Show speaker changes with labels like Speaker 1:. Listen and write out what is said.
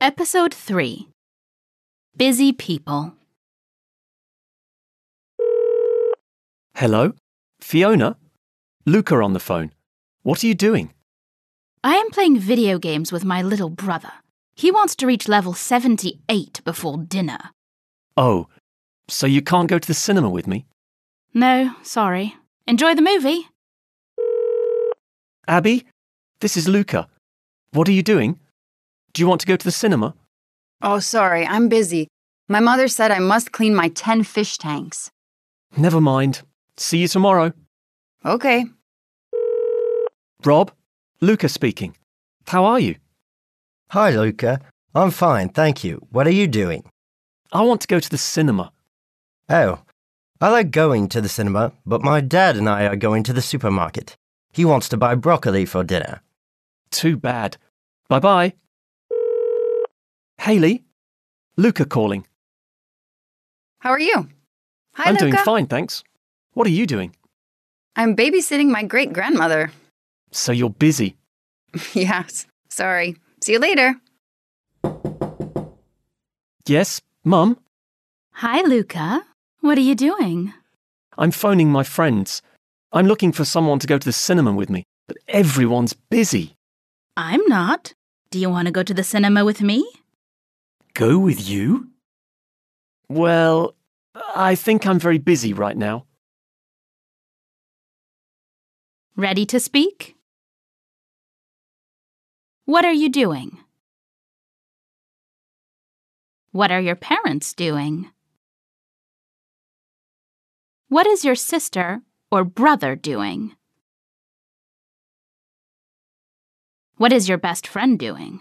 Speaker 1: Episode 3 Busy People.
Speaker 2: Hello? Fiona? Luca on the phone. What are you doing?
Speaker 1: I am playing video games with my little brother. He wants to reach level 78 before dinner.
Speaker 2: Oh, so you can't go to the cinema with me?
Speaker 1: No, sorry. Enjoy the movie.
Speaker 2: Abby? This is Luca. What are you doing? Do you want to go to the cinema?
Speaker 3: Oh, sorry, I'm busy. My mother said I must clean my 10 fish tanks.
Speaker 2: Never mind. See you tomorrow.
Speaker 3: Okay.
Speaker 2: Rob? Luca speaking. How are you?
Speaker 4: Hi, Luca. I'm fine, thank you. What are you doing?
Speaker 2: I want to go to the cinema.
Speaker 4: Oh, I like going to the cinema, but my dad and I are going to the supermarket. He wants to buy broccoli for dinner.
Speaker 2: Too bad. Bye bye. Haley? Luca calling.
Speaker 3: How are you? Hi,
Speaker 2: I'm
Speaker 3: Luca.
Speaker 2: doing fine, thanks. What are you doing?
Speaker 3: I'm babysitting my great grandmother.
Speaker 2: So you're busy.
Speaker 3: yes. Sorry. See you later.
Speaker 2: Yes, Mum?
Speaker 1: Hi, Luca. What are you doing?
Speaker 2: I'm phoning my friends. I'm looking for someone to go to the cinema with me, but everyone's busy.
Speaker 1: I'm not. Do you want to go to the cinema with me?
Speaker 2: Go with you? Well, I think I'm very busy right now.
Speaker 1: Ready to speak? What are you doing? What are your parents doing? What is your sister or brother doing? What is your best friend doing?